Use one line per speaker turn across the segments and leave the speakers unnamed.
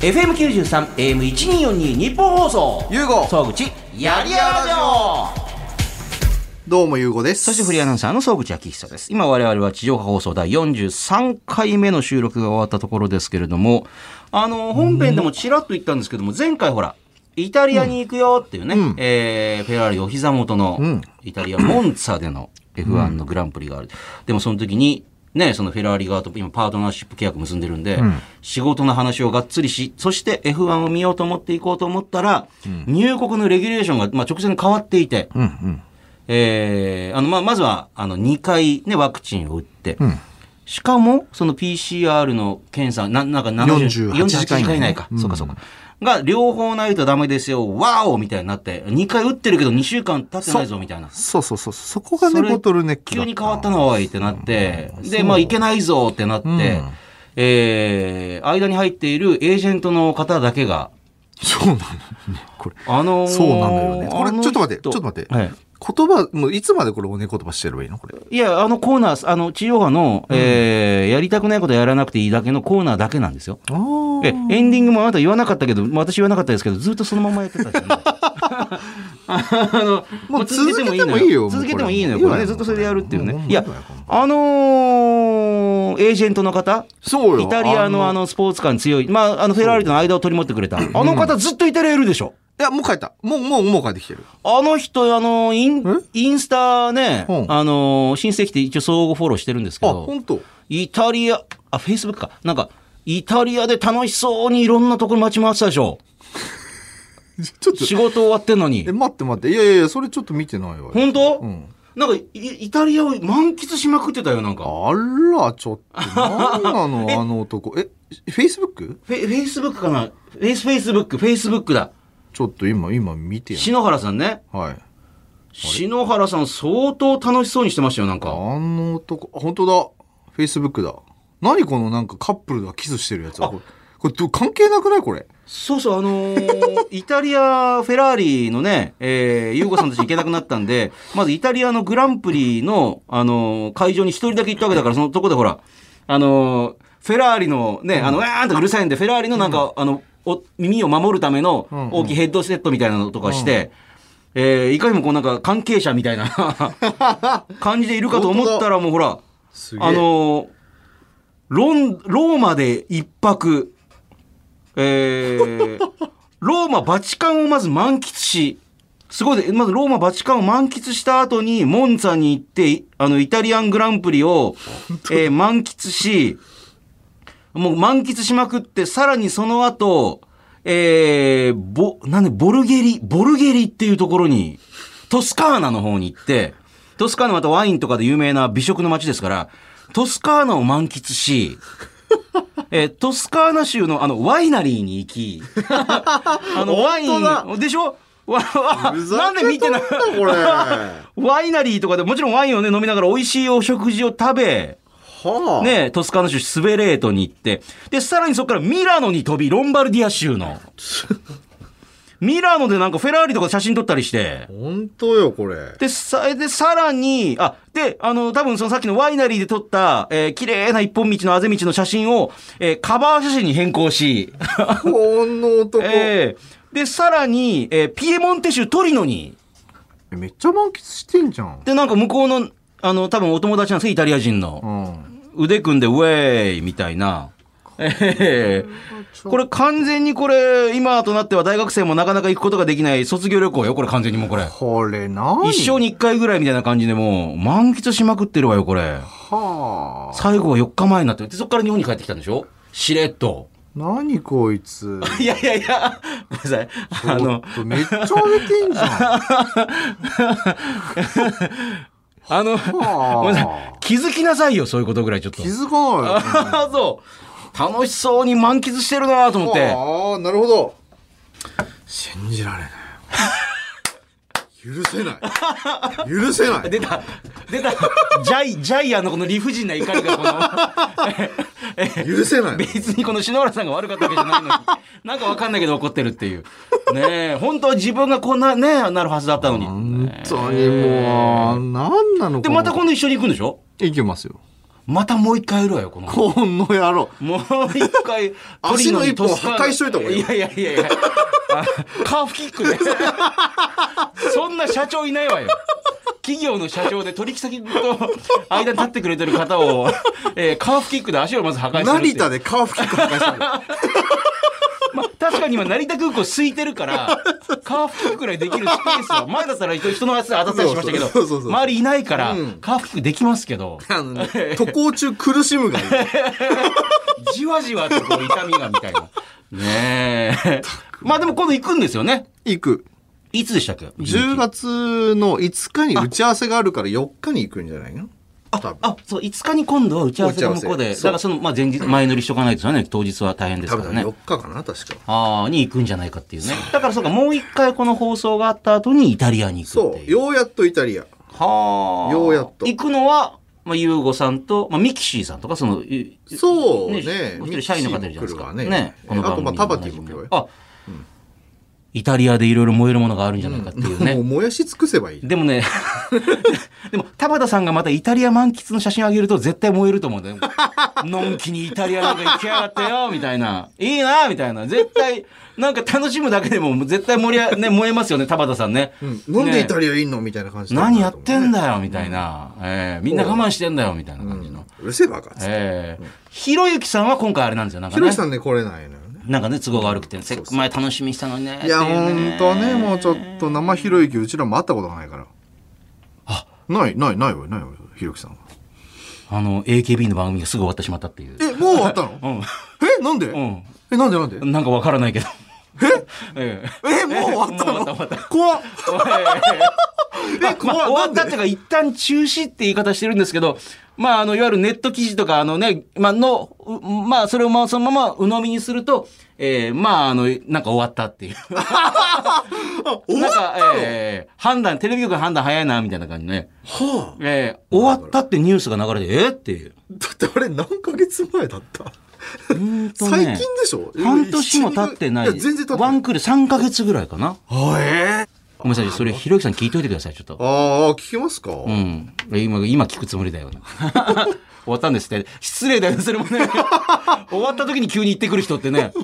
FM93、AM1242 日本放送。
ゆうご
総口、やりやらじょ
どうもゆうごです
そしてフリーアナウンサーの総口昭久です。今我々は地上波放送第43回目の収録が終わったところですけれども、あの、本編でもちらっと言ったんですけども、前回ほら、イタリアに行くよっていうね、えーフェラーリお膝元のイタリア、モンツァでの F1 のグランプリがある。でもその時に、ね、そのフェラーリ側と今パートナーシップ契約結んでるんで、仕事の話をがっつりし、そして F1 を見ようと思って行こうと思ったら、入国のレギュレーションが、まあ、直前に変わっていて、えーあの、まあ、まずは、あの、2回ね、ワクチンを打って、しかも、その PCR の検査、な、なんか70
48時間以内
以内か。そうか、そうか。が、両方ないとダメですよ、ワオみたいになって、2回打ってるけど2週間経ってないぞ、みたいな。
そうそうそうそこがね
それ
ボトルネックだ
急に変わったのおいってなって、で、まあ、いけないぞってなって、えー間に入っているエージェントの方だけが、
そうなのねこれ
あのー
そうなのよねこれ
あの人
ちょっと待ってちょっと待って
はい
言葉もういつまでこれおね言葉してればいいのこれ
いや、あのコーナー、あの、地上波の、えーやりたくないことやらなくていいだけのコーナーだけなんですよ。
ああ
え、エンディングもあなた言わなかったけど、まあ私言わなかったですけど、ずっとそのままやってたじゃん。あ の、
もう続けてもいいよ
続けて
も
続けて
うこれ
もいいのよ。これ
いいわ
ね、
よ
ずっとそれでやるっていう
もう
ね
も。う
いや
もうもうもう、
あのーエージェントの方、
そうよ
イタリアのあのスポーツ感強い、まあ、あのフェラーリとの間を取り持ってくれた、あの方ずっとイタリアいるでしょ。
いやもう帰ったもうもうもう帰ってきてる
あの人、あの、イン
え、
インスタね、
うん
あの、申請来て一応相互フォローしてるんですけ
あ
ど、
本当
イタリア、あ、フェイスブックか。なんか、イタリアで楽しそうにいろんなところ待ち回ってたでしょ。
ちょっと
仕事終わってんのに
え。待って待っていやいやいやそれちょっと見てないわ
本当、
うん
なんかイ、イタリアを満喫しまくってたよ、なんか。
あらちょっと何な のあの男えフェイスブック
フェフェイスブックかなフェイスフェイスブック、フェイスブックだ。
ちょっと今今見てや
篠原さんね。
はい
篠原さん相当楽しそうにしてましたよ、なんか。
あの男、あ本当だ。フェイスブックだ。何このなんかカップルがキスしてるやつ。これ、これど関係なくないこれ。
そうそう、あの ーイタリア、フェラーリのね、えー、ゆうごさんたち行けなくなったんで、 まずイタリアのグランプリの、あのー会場に一人だけ行ったわけだから、そのとこでほら、あのーフェラーリのね、あの、うわーんとうるさいんで、フェラーリのなんか、あの、お耳を守るための
うんうん
大きいヘッドセットみたいなのとかして、えーいかにもこうなんか関係者みたいな 感じでいるかと思ったらもうほら、
す
あ、のーロン、ローマで一泊、えーローマ、バチカンをまず満喫し、すごいで、まずローマ、バチカンを満喫した後に、モンツァに行って、いあの、イタリアングランプリを、えー満喫し、もう満喫しまくって、さらにその後、えー、ボ、なんで、ボルゲリ、ボルゲリっていうところに、トスカーナの方に行って、トスカーナまたワインとかで有名な美食の街ですから、トスカーナを満喫 し、えートスカーナ州のあのワイナリーに行き、あのワイ
本当
ン、でしょわ、わ、なんで見てない
ふざけと んなこれ。は
ワイナリーとかでもちろんワインをね、飲みながら美味しいお食事を食べ、
あ。
ね、トスカーナ州スベレートに行って、で、さらにそこからミラノに飛び、ロンバルディア州の。ミラノでなんかフェラーリとか写真撮ったりして、
本当よ、これ。
で、さ、で、さらに、あ、で、あの、多分そのさっきのワイナリーで撮った、えー綺麗な一本道のあぜ道の写真を、えーカバー写真に変更し、
この男、
えーで、さらに、えーピエモンテ州トリノに、
めっちゃ満喫してんじゃん。
で、なんか向こうの、あの、多分お友達なんですよ、イタリア人の
う。ん。
腕組んでウェーイみたいな。ええこれ完全にこれ、今となっては大学生もなかなか行くことができない卒業旅行よ、これ完全にもうこれ。
これ何
一生に一回ぐらいみたいな感じでもう、満喫しまくってるわよ、これ。
はあ。
最後は4日前になって、でそっから日本に帰ってきたんでしょしれっと。
何こいつ。
いやいやいや、ごめんなさい。あの、
ちょっとめっちゃ上げてん じゃん。
あの、ごめんなさ。
はい
気づきなさいよ、そういうことぐらいちょっと
あ。気。づかないよ。
あ そう。楽しそうに満喫してるなと思って。
ああなるほど信じられない許せない許せない
出た出たジャイジャイアンのこの理不尽な怒りがこのええ
許せない
別にこの篠原さんが悪かったわけじゃないのになんかわかんないけど怒ってるっていうねえ本当は自分がこんなねなるはずだったのに
本当にもう何なの
でまた
こ
今度一緒に行くんでしょ
のいきますよ
またもう一回やるわよ、この。
この野郎。
もう一回、 トリ
足
ノに
の一本
トスカーナ
破壊しといた方がいい
い
よ
やいやいやいや。あカーフキックで。 そんな社長いないわよ。企業の社長で取引先と間に立ってくれてる方を、えーカーフキックで足をまず破壊するっていう。
成田でカーフキック破壊したんだよ
まあ、確かに今成田空港空いてるから、カーフキックくらいできるスペースは、前だったら人の足で当たったりしましたけど、
そうそうそうそう
周りいないから、
うん
カーフキックできますけど、
あの ね渡航中苦しむがいい。
じわじわとこう痛みがみたいな。ねえ。まあでも今度行くんですよね。
行く。
いつでしたっけ
10月の5日に打ち合わせがあるから4日に行くんじゃないの多分。
あ、そう、5日に今度は打ち合わせが向こう
打ち合わ
で、
せ
だからその、まあ、前日、前乗りしとかないとね、当日は大変です
多
から
分
ね
4。日かな、確か。
ああ、に行くんじゃないかっていうね。だからそうか、もう一回この放送があった後にイタリアに行くっ
そ
ていう
う。。ようやっとイタリア。
はあ。
ようやっと
行くのは、まあ、ユーゴさんと、まあ、ミキシーさんとか、その、い
そうね
お一人社員の方いるじゃないですか。
ミキシーも来るわね
この番組
あとまあタバティも来るわよ
あ、イタリアでいろいろ燃えるものがあるんじゃないかっていうね。
もう燃やし尽くせばいい。
でもね、 でも、田畑さんがまたイタリア満喫の写真あげると絶対燃えると思うんだよ。のんきにイタリアなんか行きやがってよ、みたいな。いいな、みたいな。絶対、なんか楽しむだけでも絶対盛りあ、ね、燃えますよね、田畑さんね。
うんなんでイタ
リ
リアいいのみたいな感じで
何やってんだよ、みたいな。えーみんな我慢してんだよ、みたいな感じの。
うるせえばかっつって。
えーひろゆきさんは今回あれなんですよ、なんか
ひろ
ね
し。さんね、来れないのよね。
なんかね、都合が悪くて、せっ前楽しみにしたのにね。
いや、
って
ほ
うん
とね、もうちょっと生ひろゆき、うちらも会ったことがないから。
あ
ない、ない、ないわ、ないわ、ひろゆきさんは。
あの、AKB の番組がすぐ終わってしまったっていう。
え、もう終わったの
うん。
え、なんで
うん。
え、なんでなんで
なんかわからないけど。え
え、もう終わ った
もう終わった終わっ
の怖っ。
え
え、
まあ、終わ
怖っ。
った
な
って
ん
い
で
うか一旦中止って言い方してるんですけど、まあ、あの、いわゆるネット記事とか、あのね、まあ、の、うまあ、それをまあ、そのまま鵜呑みにすると、えー、まあ、あの、なんか終わったっていう。 なん
終わっ
か、えー、判断、テレビ局の判断早いな、みたいな感じね。
はあ。
えー、終わったってニュースが流れて、えーっていう。
だってあれ何ヶ月前だった
んとね
最近でしょ
半年も経ってない。
や全然経って
ワ
ない
ンクール3ヶ月ぐらいかな。
あえー
ごめんなさい、それ、ひろゆきさん聞いといてください、ちょっと。
ああ聞きますか、
うん。今、今聞くつもりだよ。終わったんですって。失礼だよ、それもね。終わった時に急に言ってくる人ってね。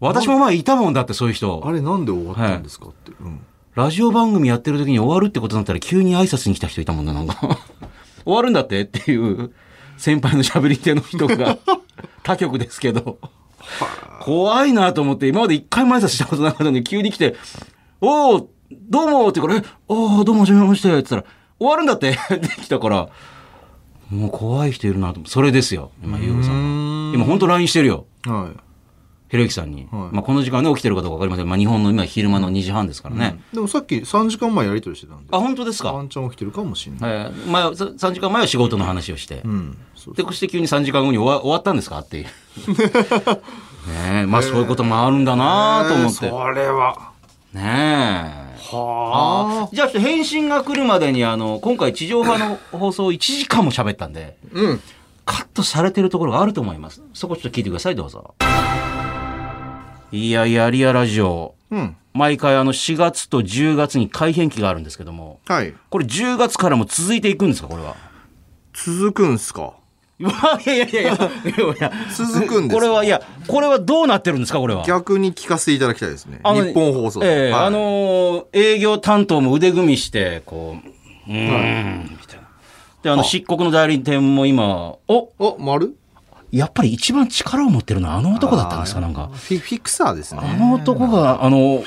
私も前いたもんだって、そういう人。
あれなんで終わったんですかって、うん
ラジオ番組やってる時に終わるってことになったら急に挨拶に来た人いたもんな、なん か。終わるんだってっていう、先輩の喋り手の人 が、他局ですけど。怖いなと思って、今まで一回も挨拶したことなかったのに急に来て、おおどうもって言うから、えおおどうも、はじめましてって言ったら、終わるんだって って来たから、もう怖い人いるなと思って、それですよ、今、ゆうごさ。
うんーん
今、本当 LINE してるよ。
は
ひろゆきさんに。
はい
まあ、この時間ね、起きてるかどうかわかりません。まあ、日本の今、昼間の2時半ですからね。
いでもさっき3時間前やり取りしてたんで
あ、本当ですか
ワンチャン起きてるかもしれない、
えー前はさ3時間前は仕事の話をして、
うんそう
でこうして急に3時間後に終わ終わったんですかって いうねえまあそういうこともあるんだなと思って、
えーそれは
ねえ
はあ
じゃあちょっと返信が来るまでにあの今回地上波の放送1時間も喋ったんで
うん
カットされてるところがあると思いますそこちょっと聞いてくださいどうぞいやいやリアラジオ
うん
毎回あの4月と10月に改編期があるんですけども
はい
これ10月からも続いていくんですかこれは
続くんすか
いやいやいやいやいやいや
続くんですか
これはいやこれはどうなってるんですかこれは
逆に聞かせていただきたいですね
あの
日本放送
ええ
はい
あのー営業担当も腕組みしてこううーんみたいなであの漆黒の代理店も今お
お丸
やっぱり一番力を持ってるのはあの男だったんですかなんか
フィフィクサーですね
あの男があの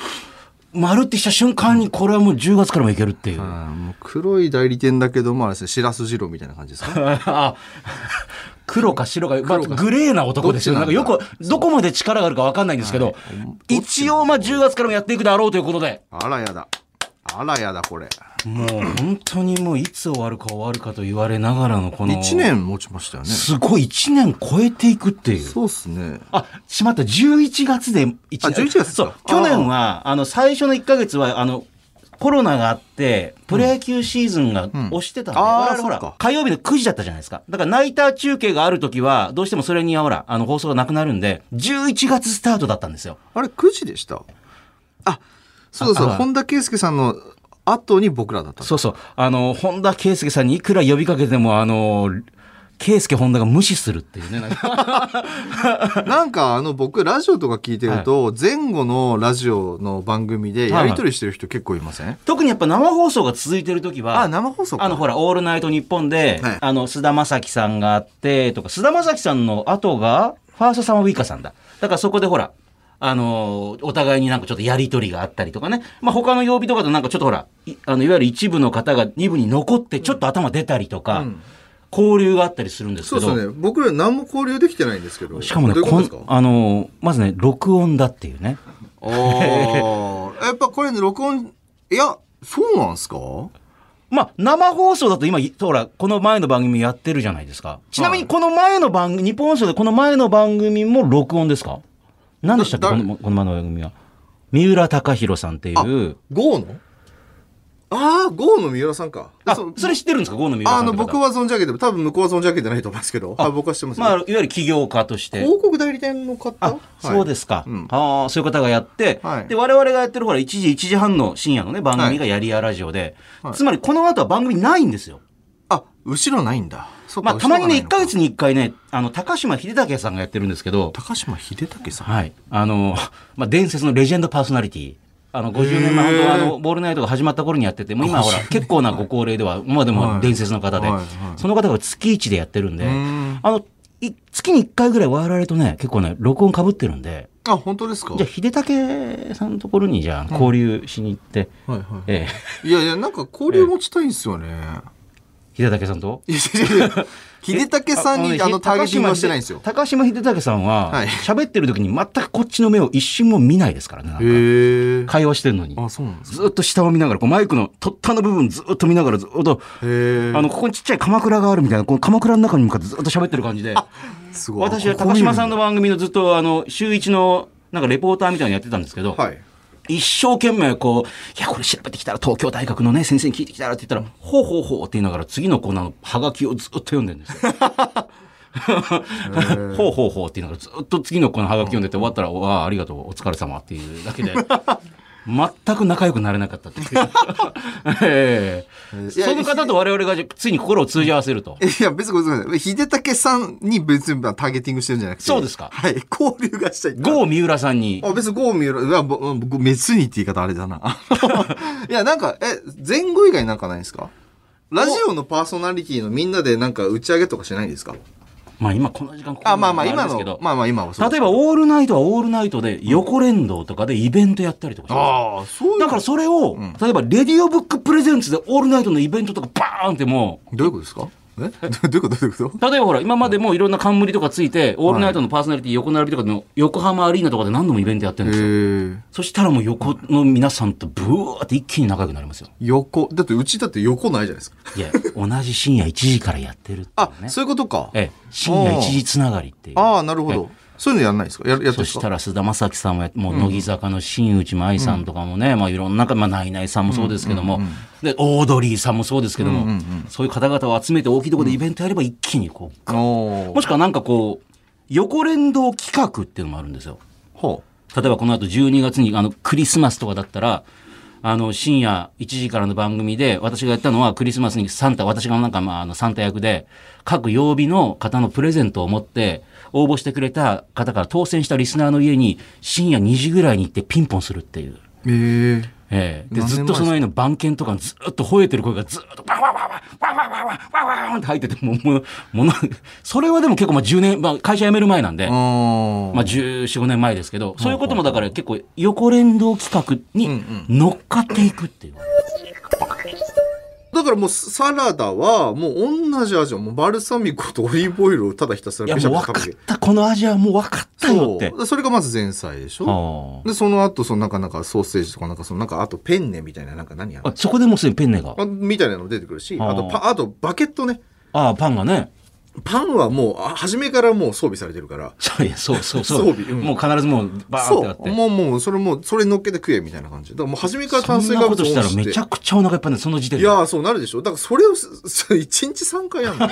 丸ってした瞬間にこれはもう10月からもいけるっていう、あ
あーもう黒い代理店だけどもあれですね白筋郎みたいな感じですか
あ黒か白か、まあ、グレーな男ですよ。
ど
な
っ
ん
ち
か
な
よ
んだ
く、どこまで力があるかわかんないんですけど、一応、まあ、10月からもやっていくであろうということで。
あらやだあらやだこれ
もう本当にもういつ終わるか終わるかと言われながらのこの。
1年持ちましたよね
すごい1年超えていくっていう。
そうっすね
あ、しまった。11月で1年。
あ11月ですか
そう
あ。ー
去年は、あの、最初の1ヶ月は、あの、コロナがあって、プロ野球シーズンが
ん
押してたん
あ
で、我々ほ
ーそっ
ら
か、
火曜日の9時だったじゃないですか。だからナイター中継がある時は、どうしてもそれにはほら、あの、放送がなくなるんで、11月スタートだったんですよ。
あれ9時でしたあそうだそ
あ
う
あ
だ本田圭佑さんの後に僕らだった
そうそう。あの、本田圭佑さんにいくら呼びかけても、あの、ケイスケホンダが無視するっていうねなんか
なんかあの僕ラジオとか聞いてると前後のラジオの番組でやり取りしてる人結構いません、
特にやっぱ生放送が続いてる時は
あ生放送か
あのほら「オールナイトニッポンで」
はい
あの菅田将暉さんがあってとか菅田将暉さんの後がファーストサマーウイカさんだだからそこでほらあのーお互いになんかちょっとやり取りがあったりとかね、まあ、他の曜日とかとなんかちょっとほらいあのいわゆる一部の方が二部に残ってちょっと頭出たりとか、交流があったりするんです
そ
け
う
ど
ですね僕ら何も交流できてないんですけど
しかもね
どうい
こ
うこ
ん
とですか
あのーまずね録音だっていうね
あーやっぱこれね録音いやそうなんすか
まあ、生放送だと今、いほら、この前の番組やってるじゃないですか。ちなみ
は
に、
い
この前の番組、日本放送でこの前の番組も録音ですか何でしたっけ
だ
こ
誰
のこの前の番組は。三浦貴弘さんっていう。
ゴーのああゴーの三浦さんかで
あ、
その
それ知ってるんですかゴーの三浦
あ
さ
あ
んっ
の
て方。
僕は存じ上げて多分向こうは存じ上げてないと思うんですけどあ僕は知ってますよ、
まあ、いわゆる起業家として。
広告代理店の方
あ、そうですすか。
うん
ああ、そういう方がやって、
はい
で、我々がやってるほら、1時、1時半の深夜のね、番組がやりやラジオで、
はい
つまりこの後は番組ないんですよ。
あ後ろないんだそっか
まあ、たまにね、
後
1
ろが
ヶ
ないの
月に1回ね、あの、高島秀武さんがやってるんですけど、
高島秀武さん
はい。あの、まあ、伝説のレジェンドパーソナリティ。あの、50年前、
へー
本当はあの、ボールナイトが始まった頃にやってて、もう今はほら、結構なご高齢では、今でも伝説の方で
はいはい、
その方が月一でやってるんで、
うー
あ
ん
の、い月に1回ぐらい我々とね、結構ね、録音かぶってるんで、
あ本当ですか
じゃあ、秀武さんのところに、じゃあ、交流しに行って、
はいは
ええ、
いいやいやなんか交流持ちたいんですよね、
秀武さんと
いやいやい や秀武さんにあのターゲティングはしてないんですよ。
高島秀武さんは
はい、
喋ってる時に全くこっちの目を一瞬も見ないですからねなんか、
へえ。
会話してるのに。
あ、そうなんですか。
ずっと下を見ながら、こうマイクの突端の部分ずっと見ながら、ずっと、
へえ。
あの、ここにちっちゃい鎌倉があるみたいな、この鎌倉の中に向かってずっと喋ってる感じで、
すごい、
私は
ここ
高
見る
島
だ
さんの番組のずっと、あの、週一の、なんかレポーターみたいなのやってたんですけど、
はい。
一生懸命こう、いや、これ調べてきたら、東京大学のね、先生に聞いてきたらって言ったら、ほうほうほうって言いながら、次のコーナーのハガキをずっと読んでるんですよ。ほうほうほうって言いながら、ずっと次のコーナーハガキ読んでて、終わったら、わあ、ありがとう、お疲れ様っていうだけで、全く仲良くなれなかったって いう。ええ
いや
その方と我々がじゃついに心を通じ合わせると。
いや、別にごめんなさい。秀武さんに別にターゲティングしてるんじゃなくて。
そうですか
はい。交流がしたい。
郷三浦さんに、
あ、別にゴー見る。いや、ぼぼ別にって言い方あれだな。 いや、なんか、え、前後以外なんかないですかラジオのパーソナリティのみんなでなんか打ち上げとかしないんですか
まあ今この時間ここ
あ、まあまあ
れ
今
ですけど
の、まあまあ今はそう
例えば、オールナイトはオールナイトで、横連動とかでイベントやったりとかします
ああ、そういう。
だからそれを、例えば、レディオブックプレゼンツでオールナイトのイベントとかバーンってもう、
どういうことですかえどういう ことどういうこと
例えばほら、今までもういろんな冠とかついて、オールナイトのパーソナリティ横並びとかの横浜アリーナとかで何度もイベントやってるんですよ。
へえ。
そしたらもう横の皆さんとブワーって一気に仲良くなりますよ。
横。だってうちだって横ないじゃないですか。
いや、同じ深夜1時からやってるって
あ
いう、ね。
そういうことか。
ええ、深夜1時つながりっていう。
ああ、なるほ
え
ど。そういうのやらないですかややって
そ
るんです
した
から
菅田将暉さんもやもう乃木坂の新内舞さんとかもね、まあいろんな、まあ、ナイナイさんもそうですけども、で、オードリーさんもそうですけども、そういう方々を集めて大きいところでイベントやれば一気にこう、
お
もしくはなんかこう、横連動企画っていうのもあるんですよ。
ほ
例えばこの後12月にあのクリスマスとかだったら、あの深夜1時からの番組で私がやったのはクリスマスにサンタ、私がなんかまああのサンタ役で各曜日の方のプレゼントを持って応募してくれた方から当選したリスナーの家に深夜2時ぐらいに行ってピンポンするっていう。
う。ええ。
ええで
何年前
ずっとその家の番犬とかずっと吠えてる声がずっとワワワワワワワワワワンって入っててもうもうもうなそれはでも結構まあ10年、まあ、会社辞める前なんで、
あ
まあ、14、5年前ですけど、そういうこともだから結構横連動企画に乗っかっていくっていう。
だからもうサラダはもう同じ味はもうバルサミコとオリーブオイルをただひたすら
いや、
ペシャ
も
ペ
う
シャ
分
食
かっ
べて。
た、この味はもう分かったよって。
そう。それがまず前菜でしょ。
は
で、その後、そのなんかなんかソーセージとかなんかそのなんかあとペンネみたいななんか何や
ああそこでもうすでにペンネが。
あみたいなのも出てくるし、
あー
あとパ、あとバケットね。
ああ、パンがね。
パンはもうあ初めからもう装備されてるから。
そういやそうそうそう。
装備うん
もう必ずもうバーンっ
そ
てあっ
う。
て。
もうもう、それもう、それに乗っけて食えみたいな感じ。だからもう初めから炭
そん
水化
な
物
ことしたら
オン
めちゃくちゃお腹いっぱいになるその時点
い
で。
やーそうなるでしょだからそれをすす1日3回や んの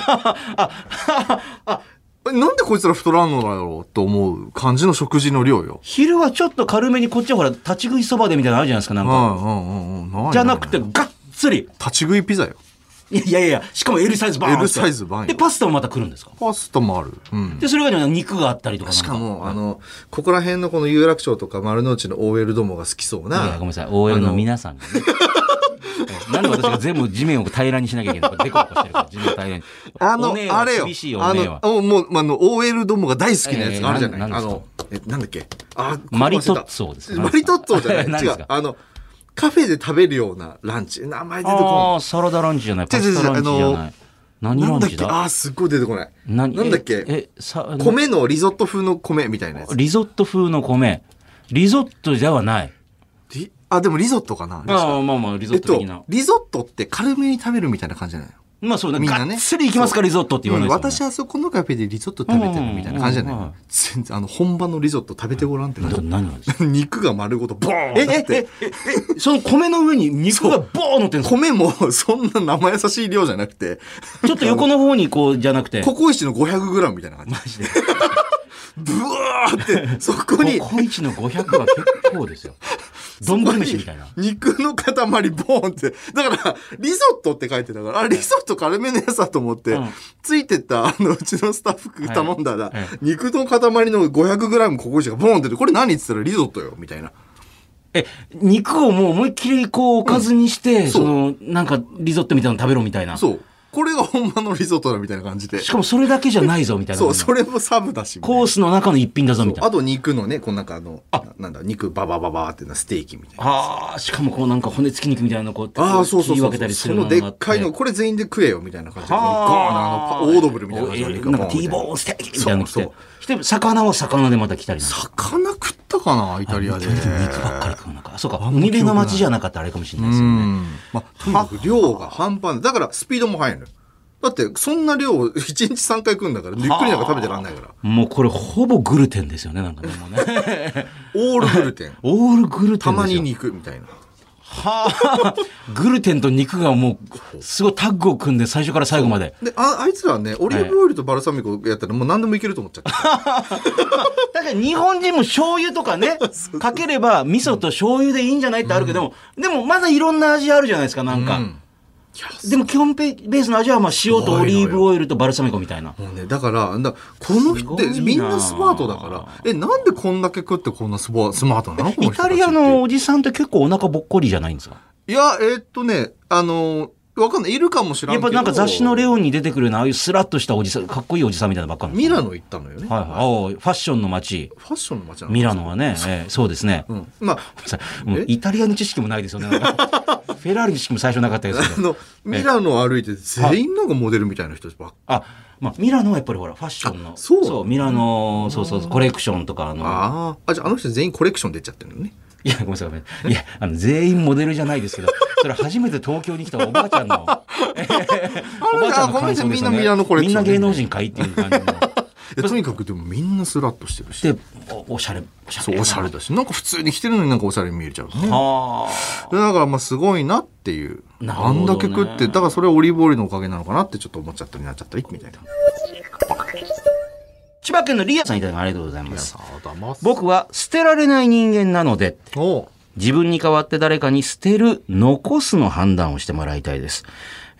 えなんでこいつら太らんのだろうと思う感じの食事の量よ
昼はちょっと軽めにこっちはほら、立ち食いそばでみたいなのあるじゃないですか、なん
うん
か。
うんうんうんい
じゃなくて、がっつり。
立ち食いピザよ
いやいやいや、しかも L サイズバーンって
L サイズバーンよ
で、パスタもまた来るんですか
パスタもある。うん。
で、それが肉があったりとかなん
しかも、あの、ここら辺のこの有楽町とか丸の内の OL どもが好きそう
いやいや
な
ごめん。なさい、OL の皆 さんがね。なんで私が全部地面を平らにしなきゃいけないのか、デコボコしてるから、地面を平らに。
あの、
お姉は
あれよ。
厳しいお
あ
姉は
の、。おもう、あの、OL どもが大好きなやつがあるじゃない。
えーな
あ
ん
の、え、なんだっけあ、
マリトッツォですか
マリトッツォじゃな
何
い。
で
違
すか
う。あの、カフェで食べるようなランチ。名前出て
あ
こ
あ、サラダランチじゃない、
違
パ
う違う違う
スタランチじゃない。
ない。
何
な
ラ
ん
ン
だっけ
チだ
あー、すっごい出てこない。な
何
んだっけ
え、えさ、
米のリゾット風の米みたいなやつ。
リゾット風の米。リゾットではない。
リあ、でもリゾットかな。
ああ、まあまあ、リゾ
え
ッ
っ
ト
と
的な、。
リゾットって軽めに食べるみたいな感じなのよ。
まあそうだ、
みんな
が
ね
っつり行きますか、リゾットって言わない
うん
です
私
よね。
あそこのカフェでリゾット食べてるみたいな感じじゃ
うんうんうん
な
うん
い全然、あの、本場のリゾット食べてごらんって感じ
ど。何がですか
肉が丸ごとボーンってなって
え、え、え、その米の上に肉がボーン乗ってるんですか
米もそんな生優しい量じゃなくて、
ちょっと横の方にこう、じゃなくて。
ココイチの 500g みた いな感じ。マジで。ブワーって、そこに、
ココイチの500は結構です よ。どんぶり飯みたいな
そ。こに肉の塊ボーンって。だから、リゾットって書いてたから、あ、リゾット軽めのやつだと思って、
うん
ついてった、あの、うちのスタッフ頼んだら、
はいはい
肉の塊の 500g ココイチがボーンって出て、これ何って言ったらリゾットよ、みたいな。
え、肉をもう思いっきりこう、おかずにして、
そう
その、なんか、リゾットみたいなの食べろみたいな。
そう。これが本場のリゾットだみたいな感じで。
しかもそれだけじゃないぞ、みたいな。
そう、それもサブだし。みたい
コ
な
ースの中の一品だぞ、みたいな。
あと肉のね、このなんかあの、ななんだ、肉ババババーってなステーキみたいな。
ああ、しかもこうなんか骨付き肉みたいなのこう、
ああ、そうそう
切り
そ
分
う
けた
そう。
りす
そ
るの
の
があ
で
て
っかいの、これ全員で食えよみたいな感じで。
は
この
あ
ガーンあのパオードブルみたいな感じ
お
の肉
なんか
ボ
ティー
ーンって
ボーンステーキみたいなの来て
そうそう
して魚は魚でまた来たりなんか
魚食ったかな、イタリアで。
肉ばっかり食うのか。あそうか、海辺の街じゃなかったらあれかもしれないです
う
よね。
ん。まあ、とにかく量が半端ない。だからスピードも速いのよ。だって、そんな量を1日3回食うんだから、ゆっくりなんか食べてらんないから。
もうこれほぼグルテンですよね、なんかね。もうね
オールグルテン。
オールグルテ
た
ンで
ますに
よ。
肉みたいな。
はあ、 グルテンと肉がもう、すごいタッグを組んで最初から最後まで。
でああいつらはねオリーブオイルとバルサミコやったらもう何でもいけると思っちゃった、
確かに日本人も醤油とか ね、かければ味噌と醤油でいいんじゃないってあるけども、でもまだいろんな味あるじゃないですか、なんか。
うんいや
でも基本ベースの味はまあ塩とオリーブオイルとバルサミコみたいな。
もうねだからだこの
すご
人っ
い
て
な
みんなスマートだからえなんでこんだけ食ってこんなスボスマートなのこ
イ
の人
タ
たちって
リアのおじさんって結構お腹ぼっこりじゃないんですか
いやえーっとねあのーわかんないいるかもしらん
やっ
けど
ぱなんか雑誌のレオンに出てくるようなああいうスラッとしたおじさん、かっこいいおじさんみたいなのばっかり。
ミラノ行ったのよね、
はいはい。ああファッションの街。
ファッションの街なの
ミラノはね、ええそうですね。
うん まあ
さもう
え
イタリアの知識もないですよ ね。なんかフェラーリの知識も最初なかったですけ
あ
ど。
のミラノを歩いて全員なんかモデルみたいな人ばっか
あ、まあ、ミラノはやっぱりほら、ファッションの。
あそう
ミラノ、そうそうそう、コレクションとか、あの、
あーあじゃああの人全員コレクション出ちゃってるのね
いや、ごめんなさい、ごめんなさい。いや、あの、全員モデルじゃないですけど、それ初めて東京に来たおばあちゃん の、えへへおばあちゃんの感想ですよ
あごめんなさいみんなミラノコ
ね。
レ
み
ク
んな
ション
芸能人かいっていう感じの。
いやとにかくでもみんなスラッとしてるし
で、おおしゃれ、おしゃ
そう、おしゃれだし、なんか普通に着てるのになんかおしゃれに見えちゃうね。
あ
でだからまあすごいなっていう。
なる
あ
ほどね
んだけ食って、だからそれはオリーブオイルのおかげなのかなってちょっと思っちゃったりなっちゃったりみたいな。
あ。千葉県のリアさんいただきありがとうございます。
あ、だます
僕は捨てられない人間なので、
お
自分に代わって誰かに捨てる、残すの判断をしてもらいたいです。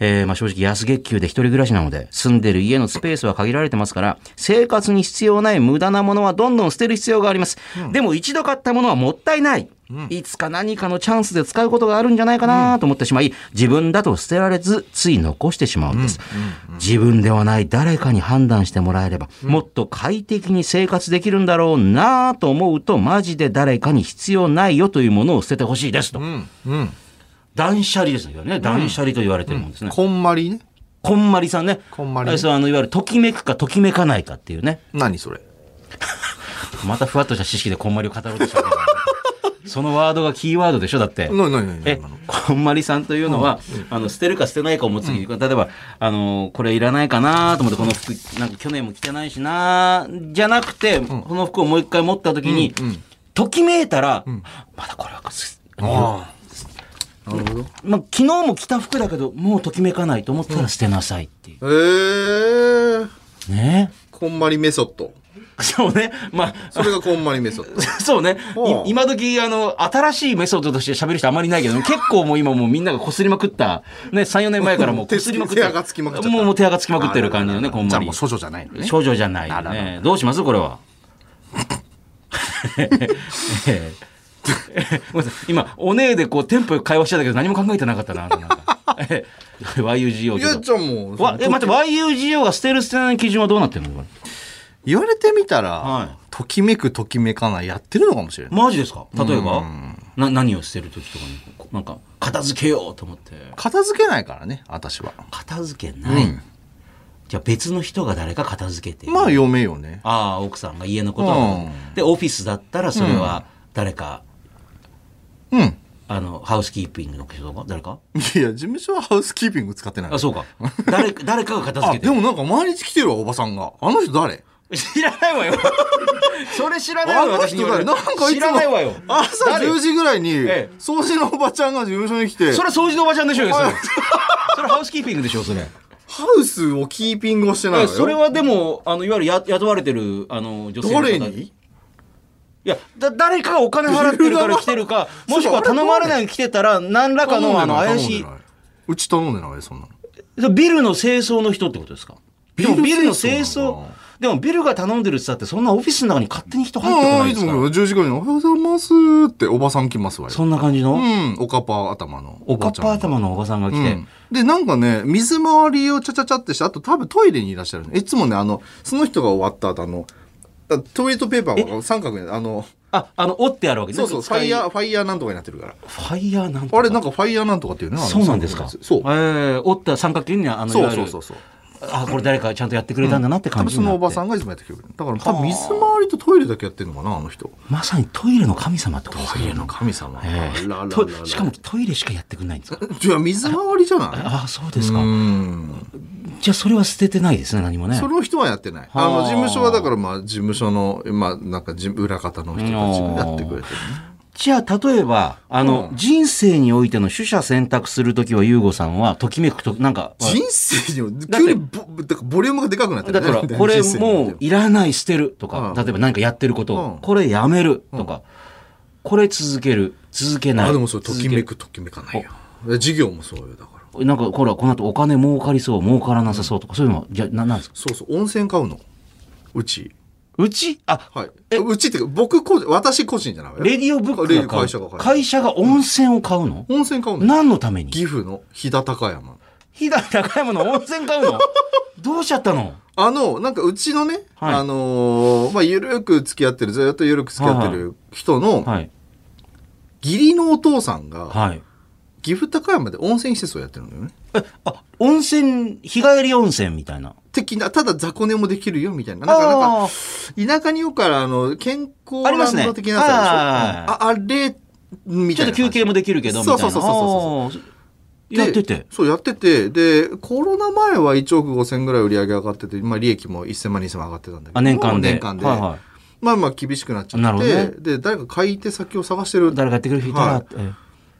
えーまあ正直安月給で一人暮らしなので、住んでる家のスペースは限られてますから、生活に必要ない無駄なものはどんどん捨てる必要があります。でも一度買ったものはもったいない。いつか何かのチャンスで使うことがあるんじゃないかなと思ってしまい、自分だと捨てられず、つい残してしまうんです。自分ではない誰かに判断してもらえれば、もっと快適に生活できるんだろうなぁと思うと、マジで誰かに必要ないよというものを捨ててほしいですと。
うん、うん。
断捨離ですよね。断捨離と言われてるもんですね。
こんまりね。
こんまりさんね。
こんまりね
あそうあの、いわゆるときめくかときめかないかっていうね。
何それ。
またふわっとした知識でこんまりを語ろうとしたけど そのワードがキーワードでしょだって。
なになになに
え
今の、
こんまりさんというのは、あの、捨てるか捨てないかを持つ時、例えば、あの、これいらないかなと思って、この服、なんか去年も着てないしなじゃなくて、この服をもう一回持った時に、ときめいたら、まだこれはす、
ああ。なるほど。
まあ、昨日も着た服だけど、もうときめかないと思ったら捨てなさいってい
ええー、
う。ね
こんまりメソッド。
そうね。まあ、
それがこんまりメソッド。
そうね
ほ。う
い今時、あの、新しいメソッドとして喋る人あまりいないけ ど、結構もう今もうみんなが擦りまくった、ね、3、4年前からもう擦りまくって。
手手がつきまくっちゃった
もうもう手がつきまくってる感じのね、こん
じ
ま
ゃあ
り
もう。処女じゃないのね。
少女じゃないよ
あらら
ね。どうしますこれは。 ええごめんなさい今、お姉でこう、テンポよく会話してたけど、何も考えてなかったな、なんか。 ええ YUGO
い
ちょ
や、
っ
じゃあもう。
と。わえ、待って、YUGO が捨てる捨てない基準はどうなってるのこれ
言われてみたら、
はい
ときめくときめかないやってるのかもしれない。
マジですか例えば
うん
な何を捨てる時とかにこうなんか片付けようと思って
片付けないからね、私は。
片付けない、
うん
じゃあ別の人が誰か片付けて
まあ、嫁よね。
ああ奥さんが家のことは、
うん
でオフィスだったらそれは誰か、
うん。
あのハウスキーピングの人が誰か
いや、事務所はハウスキーピング使ってない。
あそうか誰誰かが片付
あ
けて
でもなんか毎日来てるわ、おばさんが。あの人誰
知らないわよ それ知らないわ
あ
よ
の
私に
人
言われ
誰なん
る
かいつ
知
も
らないわよ
朝
誰
10時ぐらいに、
ええ
掃除のおばちゃんが事務所に来て、
それは掃除のおばちゃんでしょうよそれ それハウスキーピングでしょそれ
ハウスをキーピングをしてないわよ。
それはでもあのいわゆるや雇われてるあの女性の方
誰に
いやだ誰かがお金払ってるから来てる かもしくは頼まれない来てたら何らかのあの怪しい。
うち頼んでない、そんなの。
それビルの清掃の人ってことですかでもビ
ビ
ル
ル
の
の
清
清掃
掃でもビルが頼んでるって言ったってそんなオフィスの中に勝手に人入ってこ
あ
な
あ、
いで
いつ
すか
も
ら
10時ぐらいにおはようございますっておばさん来ますわよ。
そんな感じの、
うん、おかっぱ頭の
おかっ
ばちゃんが
ぱ頭のおばさんが来て、
うんで、なんかね、水回りをちゃちゃちゃってして、あと多分トイレにいらっしゃるのいつもね、あの、その人が終わった後、あの、あトイレットペーパーが三角に、あの、
ああの折ってあるわけね
そうそう、フ
使い
ァイヤー、ファイヤーなんとかになってるから。
ファイヤーなんと
あれ、なんかファイヤーなんとかっていうね。あの
そうなんですか
そう
え。ー折った三角形にはあの
そうそうそううそう。
あこれ誰かちゃんとやってくれたんだなって
多
感
分
じ
そ
にな
の
って
おばさんがいつもやってくれる。だから多分水回りとトイレだけやってるのかな、あの人。
まさにトイレの神様ってことですよね
神様。
ええ
あららら
としかもトイレしかやってくんないんですか
いや、水回りじゃない
ああそうです
う
か、
ん。
じゃあそれは捨ててないですね何もね
その人はやってない。あ
はあ
の、事務所はだから、まあ、事務所の、まあ、なんかじ、裏方の人たちがやってくれてるね。
じゃあ例えばあの、
うん
人生においての取捨選択するときは優吾さんはときめくとなんか
人生にも、
だって
急にボ、だからボリュームがでかくなって
だから
ね
これ
人生におい
も
て
ういらない捨てるとか、
うん
例えば何かやってることを、
うん
これやめるとか、これ続ける続けない
あ、でもそれ、と
続
き
ける
めくときめかないよ。え事業もそうよ、だから。
なんかほらこの後お金儲かりそう儲からなさそうとか、そういうのはじゃあななんですか
そうそう、温泉買うの。うち。
うちあ
はい。
え
うちっていうか、僕個人、私個人じゃないわよ
レディオブック
レデ
が
ィ
買う
会社が買う
会社が温泉を買うの、
温泉買うの。
何のために
岐阜の飛騨高山。
飛騨高山の温泉買う のどうしちゃったの
あの、なんかうちのね、
はい
あのーまあ、ゆるく付き合ってる、ずっとゆるく付き合ってる人の、
はい
義理のお父さんが、
はい
岐阜高山で温泉施設をやってるんだよね。
えあ温泉日帰り温泉みたいな
的な、ただ雑魚寝もできるよ、みたいな。なんか、なん
あ
か、田舎によくから、あの、健康
ありますね
ランド的なやつあるでしょうんあ、あれ、み
ち
た
ょ
い
っと
な感じ。
休憩もできるけどみたいな
そうそうそうそう
そうやってて
でそう、やってて。で、コロナ前は1億5千ぐらい売り上げ上がってて、まあ利益も1000万、2000万上がってたんだけど。
あ年間で
年間で。
はいは
まあまあ厳しくなっち
な
ゃ
る
っ
ほどね
て、で、誰か買い手先を探してる
い、誰かやってくれる人いたら、
はい
えー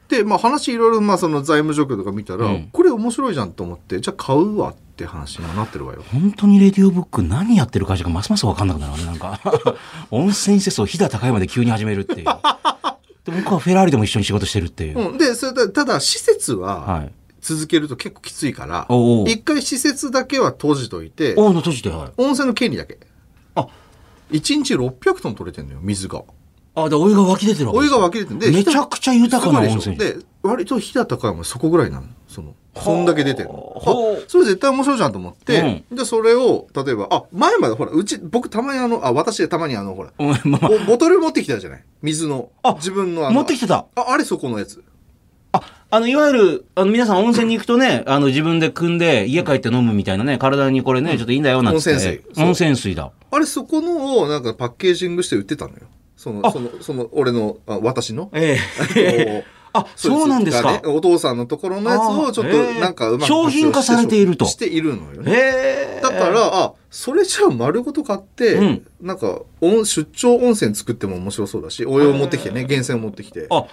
で、まあ、話いろいろ、まあ、その財務状況とか見たら、
うん
これ面白いじゃんと思ってじゃあ買うわって話にはなってるわよ。
本当にレディオブック何やってる会社かますます分かんなくなるわねなんか 温泉施設を飛騨高山で急に始めるっていうで僕はフェラーリでも一緒に仕事してるっていう、
うん、でそれでただ施設
は
はい続けると結構きついから
おうおう
一回施設だけは閉じといて
おおの閉じてはい
温泉の権利だけ
あ
1日600トン取れてんのよ水が
あでお湯が湧き出てるわけ
お
で
湯
す
が
か
湧き出てんで
めちゃくちゃ豊かな温泉
すごいでしょで割と日高山そこぐらいなのそのそんだけ出てるの
ほう
あそれ絶対面白いじゃんと思って、でそれを例えばあ前までほらうち僕たまにあのあ私たまにあのほら
うんまあ
おボトル持ってきたじゃない水の。
あ
自分のあの。
持ってきてた
あ、あれそこのやつ。
あ、あの、いわゆる、あの、皆さん温泉に行くとね、あの、自分で組んで、家帰って飲むみたいなね、体にこれね、ちょっといいんだよ、なんつって。
温泉水そう
温泉水だ。
あれそこのをなんかパッケージングして売ってたのよ。その、
あ
その、その、俺の、あ私の。
え え。 あ、そうなんです
が
か
ね。お父さんのところのやつ
あー
をちょっ
え
と
ー
なんかうまく活
商
用して
品化されていると
しているのよね。
ええ。
だから、、あ、それじゃあ丸ごと買って、
うん
なんか、温出張温泉作っても面白そうだし、お湯を持ってきてね、源泉を持ってきて。
あ、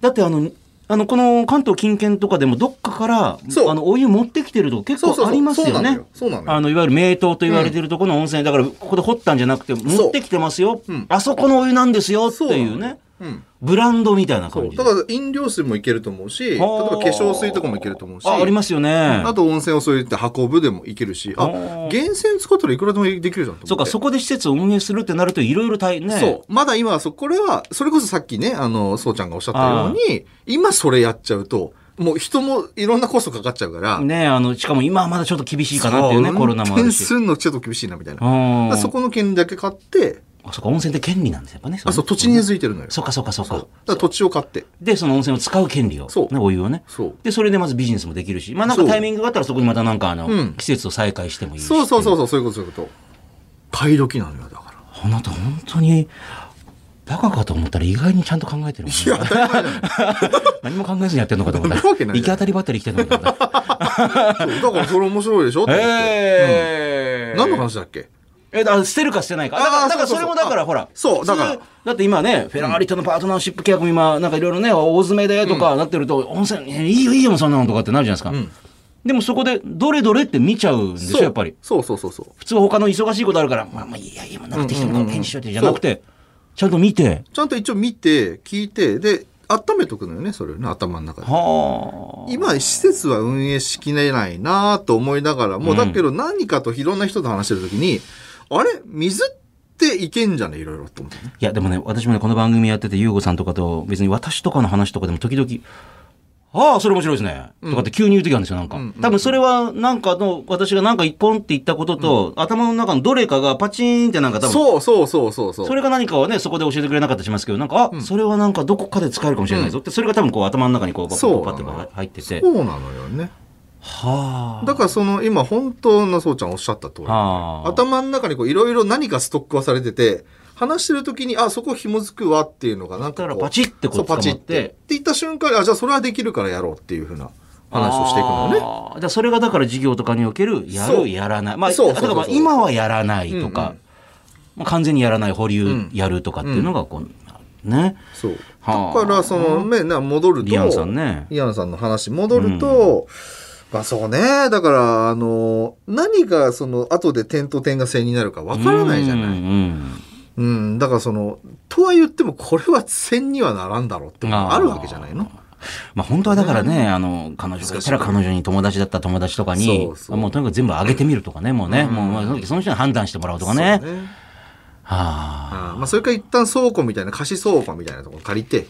だってあの、ああの、この関東近県とかでもどっかから、
そう
あの、お湯持ってきてるとこ結
そう
構
そうそう
あります
そ
よ
うなの
ね
よ。そうなのよ
あの、いわゆる名湯と言われてるところの温泉、だから、ここで掘ったんじゃなくて、持ってきてますよ
うん。
あそこのお湯なんですよって
そう
い
な
う
のよ
ね。
うん、
ブランドみたいな
そ
感
う
じ
だ
で。
から飲料水もいけると思うし例えば化粧水とかもいけると思うし
あありますよね。
あと温泉をそう言って運ぶでもいけるし、あ、
あー
源泉使ったらいくらでもできるじゃんと思って。
そうか、そこで施設を運営するってなるといろいろ大変ね。
そう。まだ今はそ、これは、それこそさっきね、あの、そうちゃんがおっしゃったように、今それやっちゃうと、もう人もいろんなコストかかっちゃうから、
ねあの、しかも今はまだちょっと厳しいかなっていうね、
そう
コロナもあ
運
る
転
し。
すんのちょっと厳しいなみたいな。だ
あ
から
あ
そこの権利だけ買って、
あそうか、温泉って権利なんですよやっぱね。
あ、そう、土地に根付いてるのよ。
そうか、そうか、そう
そう
か
だ。から土地を買って。
で、その温泉を使う権利を。
そう
ね、お湯をね。
そう。
で、それでまずビジネスもできるし、まあなんか
そう
タイミングがあったらそこにまたなんかあの、
うん
季節を再開してもいいし。。
そうそうそううそう、そういうこと、そういうこと。買い時なのよ、だから。
あなた本当に、バカかと思ったら意外にちゃんと考えてるもんね
いや、当たり前だよ。
何も考えずにやってんのかと思ったら。
なわけないじゃ
行き当
ん
たりばったり来てんのかと思ったら。
そうだからそれ面白いでし ょって思って。
え
何の話だっけ
え、だから捨てるか捨てないか。だから、
あー
だから
そう
それ
そうそう
もだから
あ
ほら。
そう
普通
だから
だって今ね、フェラーリとのパートナーシップ契約も今、なんかいろいろね、大詰めでとかなってると、温泉、いやいいよいいよ、そんなのとかってなるじゃないですか。でもそこで、どれどれって見ちゃうんでし
そう
ょ、やっぱり。
そうそうそうそう。
普通は他の忙しいことあるから、まあまあいいや、今なくてきたの
うん
か
うんうん
ら、返事しようってじゃなくて、ちゃんと見て。
ちゃんと一応見て、聞いて、で、温めとくのよね、それをね、頭の中で。
はあ。
今、施設は運営しきれないなと思いながらも、
うん
だけど何かといろんな人と話してるときに、あれ水っていけんじゃねいろいろと思ってね。
いや、でもね、私もね、この番組やってて、ゆうごさんとかと、別に私とかの話とかでも時々、ああ、それ面白いですね。とかって急に言う時あるんですよ、なんか。
うんうん
多分それは、なんかの、私がなんか一本って言ったことと、頭の中のどれかがパチーンってなんか多分、
そうそうそうそうそう。
それが何かはね、そこで教えてくれなかったりしますけど、なんか、あ、それはなんかどこかで使えるかもしれないぞって、それが多分こう頭の中にこう、パッパッパッって
そうなの
こう入ってて。
そうなのよね。
はあ。
だからその今本当のそうちゃんおっしゃった通り。
はあ。
頭の中にこういろいろ何かストックはされてて、話してるときに、あ、そこ紐づくわっていうのがなんか
だ
こう。
からパチッてこ
そう
う捕
パ
ま
チ
っ
ッて。って
て。
言った瞬間に、あ、じゃあそれはできるからやろうっていうふうな話をしていくのね。
ね。だからそれがだから授業とかにおける、や
そう
る、やらない。まあ、
そうそうそう
例えば今はやらないと
うんう
か
ん、
まあ完全にやらない、保
うん
留やるとかっていうのが、こう、ね。
そう。
はあ
だから、その、ね、な戻ると。
リアンさんね。
リアンさんの話戻ると、まあそうね。だから、あの、何がその、後で点と点が線になるかわからないじゃない。
うん
うん,、
うん
だからその、とは言っても、これは線にはならんだろうってことがあるわけじゃないの。
まあ本当はだからね、あの、彼女がいたら彼女に友達だった友達とかに
そう、そう
もうとにかく全部あげてみるとかね、もうね、
うん
もうまあその時その人に判断してもらうとか
そ
ね。
うね
はあ。
ああまあそれから一旦倉庫みたいな、貸し倉庫みたいなところ借りて、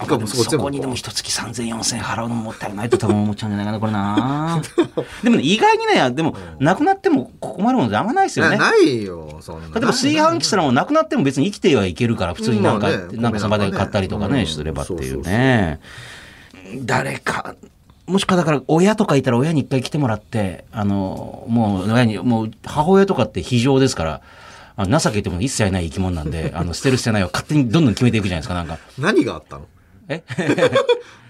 一回もう
そこにでも
こ
一月3000、4000払うのもったいないと多分思っちゃうんじゃないかな、これ な。でもね、意外にね、でも、なくなっても困るものじゃあんまないですよね。
なないよ、そんな。
例えば炊飯器すらもなくなっても別に生きてはいけるから、普通になんか、
まあね
なんかそば
米なん
で
かね
買ったりとかね、
うん
すればってい
そう
う
そ
ね。誰か、もしかだから親とかいたら親に一回来てもらって、あの、もう親に、もう母親とかって非常ですから、あの情けってもの一切ない生き物なんで、あの、捨てる捨てないを勝手にどんどん決めていくじゃないですか、なんか。
何があったの
え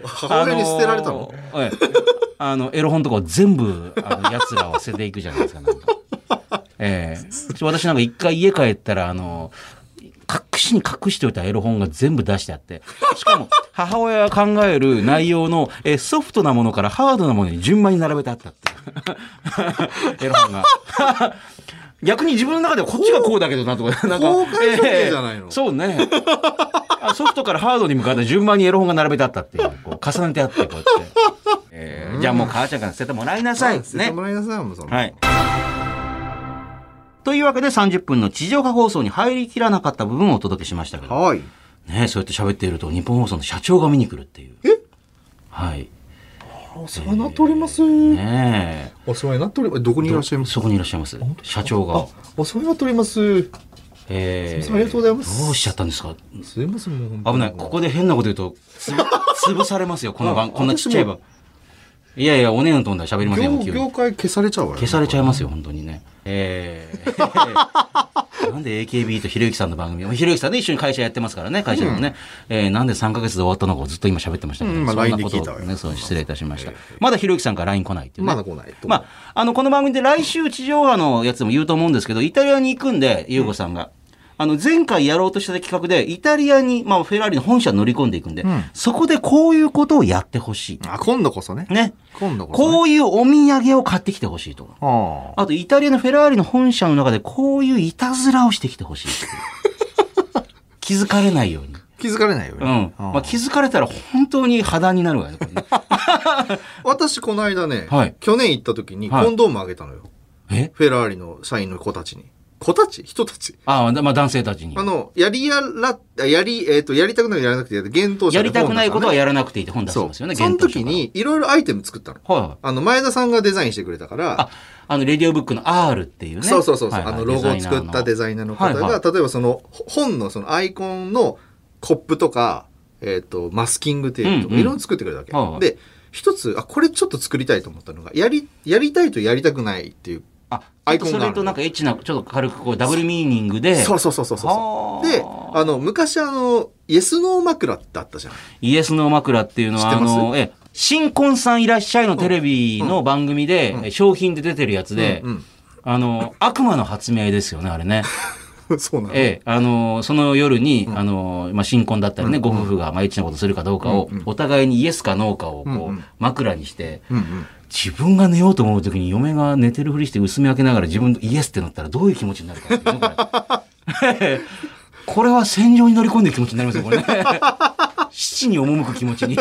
母親に捨てられたの、
あのーええ あのエロ本とかを全部あの奴らは捨てていくじゃないですかなんか、ええ私なんか一回家帰ったらあの隠しに隠しておいたエロ本が全部出してあってしかも 母親が考える内容のえソフトなものからハードなものに順番に並べてあったっていう エロ本が。逆に自分の中ではこっちがこうだけどなとか、なんか。
公開処刑じゃないの
ええそうね。あソフトからハードに向かって順番にエロ本が並べてあったっていう、こう重ねてあって、こうやって。えーじゃあもう母ちゃんから捨ててもらいなさい。
捨てて
ね
も。らいなさいもうその
はい。というわけで30分の地上波放送に入りきらなかった部分をお届けしましたけど、
はい。
ね、そうやって喋っていると日本放送の社長が見に来るっていう。
え
はい。
お世話になっております。
ねえ。
お世話になっております。どこにいらっしゃいます
そこにいらっしゃいます。社長が
あ。、お世話になっております。
え
すいませんありがとうございます
どうしちゃったんですか
すいません、もう本当
危
に
ない。ここで変なこと言うと、 つぶ潰されますよ、この番、こんなちっちゃい番。いやいや、おねえの飛んだら喋りませんよ、急
業
に
業界消されちゃうわよ。
消されちゃい
ま
ますよ、本当にね。えー なんで AKB とひろゆきさんの番組、ひろゆきさんね、一緒に会社やってますからね、会社でもね、えーなんで3ヶ月で終わったのかをずっと今喋ってましたけど、
うんま
そ
あ
んな
LINE で
こと
聞いたわ
を
よ
ね、そう失礼いたしました。まだひろゆきさんから LINE 来ないっていうね。
まだ来ないと。
まあ、あの、この番組で来週地上波のやつでも言うと思うんですけど、イタリアに行くんで、ゆうごさんが。あの、前回やろうとした企画で、イタリアに、まあ、フェラーリの本社乗り込んでいくんで、
うん
そこでこういうことをやってほし
あ、今度こそね
い。。ね。
今度こそ、ね。
こういうお土産を買ってきてほしいとか。
ああ。
あと、イタリアのフェラーリの本社の中で、こういういたずらをしてきてほしい っていう。気づかれないように。
気づかれないよね。
うん。まあ、気づかれたら本当に破談になるわよ、これね
私、この間ね、
はい
去年行った時にコ
はい
ンドームあげたのよ。
え
フェラーリの社員の子たちに。子たち人たち
ああ、まあ、男性たちに
あ。の、やりやら、あやり、えっ、と、やりたくないことやらなくてやる、幻冬
やりたくないことは
や
やらなくていいって本出し
そ
て
う。
ます
そ
よね、
の
現当
時
初から。
に、いろいろアイテム作ったの。
はいはい。
あの、前田さんがデザインしてくれたから、
あ、あの、レディオブックの R っていうね。
そうそうそうそう、
はいはい
あのロゴを作ったデザイナーの方が、
はいは
例えばそのほ本のそのアイコンのコップとか、えっとマスキングテープとか、
うんうん
いろいろ作ってくれたわけ、
はいはい
で一つあこれちょっと作りたいと思ったのがやりやりたいとやりたくないっていう、
あ、
ア
ア
イ
イ
コ
コ
ン
ン
が
それとなんかエッチな、ちょっと軽くこう、ダブルミーニングで。
そうそうそうそうそう
は
で
あ
あの昔あのイエスノー枕ってあったじゃん
イエスの枕っていうのは、
知っ
あ
てます
の、ええ、新婚さんいらっしゃいのテレビの番組で、え商品で出てるやつで、
うん
あの、悪魔の発明ですよね、あれね。
うん そうなの、
ええ、あの、その夜に、あの、まあ、新婚だったりね、ご夫婦が、まあ、エッチなことするかどうかを、
うんうん
お互いにイエスかノーかを、こう、
うんうん
枕にして、
うんうん、
自分が寝ようと思う時に嫁が寝てるふりして薄め開けながら自分イエスってなったらどういう気持ちになるかっていうねこれこれは戦場に乗り込んでる気持ちになりますよこれね七に赴く気持ちに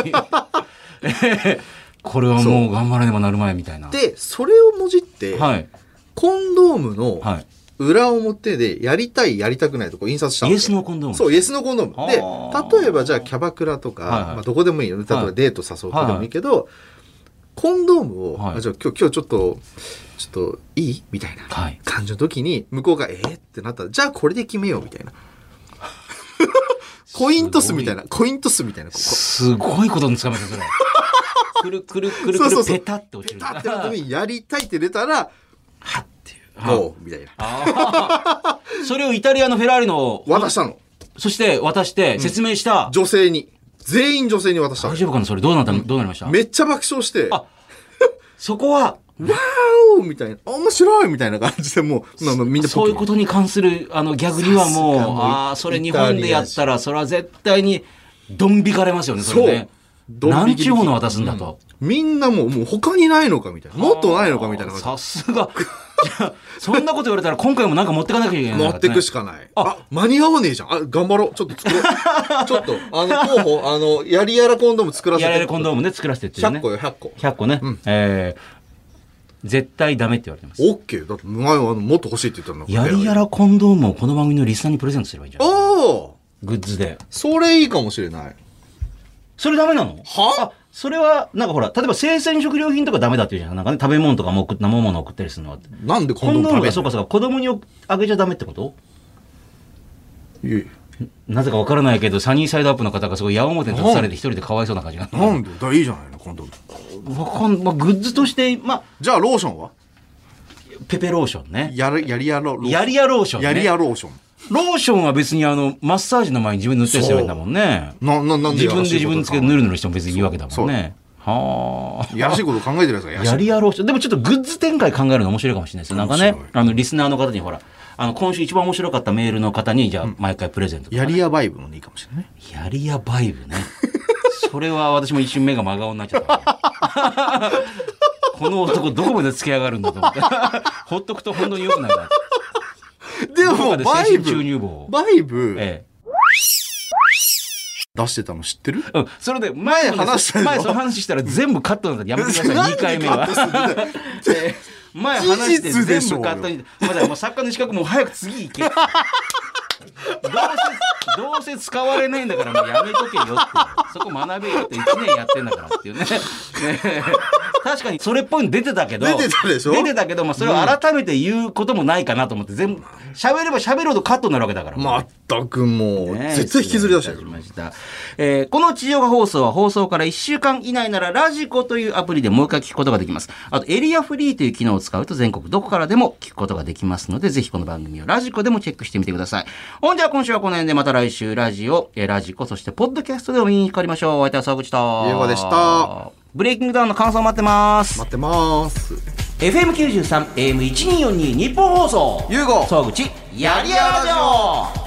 これはもう頑張らねばなるまいみたいな
でそれをもじって、
はい
コンドームの
はい
裏表でやりたいやりたくないとこ印刷したの
イエスのコンドーム
そう、イエスのコンドーム。で
はあ、
例えばじゃあキャバクラとか、
はいはい
まあ、どこでもいいよね。例え
は
ば
い
デート誘うとかでもいいけど、コンドームを、
はい
あじゃあ今日、今日ちょっと、ちょっといいみたいな
はい
感じの時に、向こうがえー、ってなったら、じゃあこれで決めようみたいな。 コイントスみたいな、コイントスみたいな。ここ
すごいことにつかめたそれくるくるくる
そう
くる
そうそう
ペタって落ちる
だってなった時にやりたいって出たら、
はっていうはい
ゴーみたいな。
あーそれをイタリアのフェラーリの
渡したの。
そして渡して説明した、
女性に。全員女性に渡した
大丈夫かなそれどうなったどうなりました
の。めっちゃ爆笑して、
あそこは、
おーみたいな、面白いみたいな感じでもう、まあまあみんなポ
そう
ケ
いうことに関するあのギャグにはもう、
さすがもう
ああ、それ日本でやったら、それは絶対に、ドン引かれますよね、それね。
そう
何ちゅうもの渡すんだと。
みんなもう、もう他にないのかみたいな。もっとないのかみたいな
さ
感
すが。 じゃあそんなこと言われたら、今回もなんか持ってかなきゃいけない
じ。
からね。
持ってくしかない。あ、間に合わねえじゃん。あ、頑張ろう。ちょっと作 ろう。ちょっと、あの、候補、あの、やりやらコンドーム作らせて。
やられるコンド
ー
ームね、作らせてっていう
100
ね
個。よ、100個。
100個ね。えー絶対ダメって言われてます。
オッケー。だって、前はあのもっと欲しいって言ったの。
やりや
ら。
らコンドームをこの番組のリスナーにプレゼントすればいいんじゃない
おー
グッズで。
それいいかもしれない。
それダメなの
は
あそれは、なんかほら、例えば生鮮食料品とかダメだっていうじゃん。なんかね、食べ物とかも送っ生もの送ったりするのは。
なんでコ
コ
ンド
ン
ーム
ドー
食
ム
べ
が、
ん
そう
の
かそうか、子供にあげちゃダメってこと
いえ
なぜかわからないけど、サニーサイドアップの方がすごい矢面に立たされて一人でかわいそうな感じが。わ
なんでだからいいじゃないの、コンドーム。
かん、まあ、グッズとして、まあ、
じゃあ、ローションは
ペペローションね。
やる、やりやろう。
やりやローション、ね。
やりやローション。
ローションは別にあの、マッサージの前に自分で塗ったりすればいいんだもんね。
な、な、なん
自
でや
分
らし
で
い
自
こと
分でつけて
考
ぬ
え
るぬるしても別にいいわけだもんね。はあ。
やらしいこと考えてるやつがやらしい
やりやろうし、でもちょっとグッズ展開考えるの面白いかもしれないですよ。なんかね
面白い、
あの、リスナーの方にほら、あの、今週一番面白かったメールの方に、じゃあ、毎回プレゼントとか
やりやバイブもいいかもしれないね。
やりやバイブね。 それは私も一瞬目が真顔になっちゃった。 この男どこまでつけ上がるんだと思って。 ほっとくと本当に良くなるな。
で
どこ
も、
かで
バ
精
イ
神注入
ブ、
棒を。
バイブ
ええ。
出してたの知ってる
うん、それで前もね
前話したよ
前その話したら全部カットなんだやめてください、2回目は。えー前話して
事実でしょ
全
うよ
部カットに。まだもう作家の資格もう早く次行け。どうせ、どうせ使われないんだからもうやめとけよっていう。そこ学べよって1年やってんだからっていうね。ねえ確かにそれっぽいの出てたけど。
出てたでしょ
出てたけど、まあそれを改めて言うこともないかなと思って、全部、喋れば喋るほどカットになるわけだから。
まったくもう、
ね
絶対引きずり出したよ
失礼いたしました。えーこの地上波放送は放送から1週間以内ならラジコというアプリでもう一回聞くことができます。あとエリアフリーという機能を使うと全国どこからでも聞くことができますので、ぜひこの番組をラジコでもチェックしてみてください。ほんじゃあ今週はこの辺でまた来週ラジオ、えーラジコ、そしてポッドキャストでお見にかかりましょう。お相手は沢口と。
ゆうごでした。
ブレイキングダウンの感想待ってます。
待ってます。
FM93、AM1242 日本放送。
ゆうご
沢口、やりやろうよ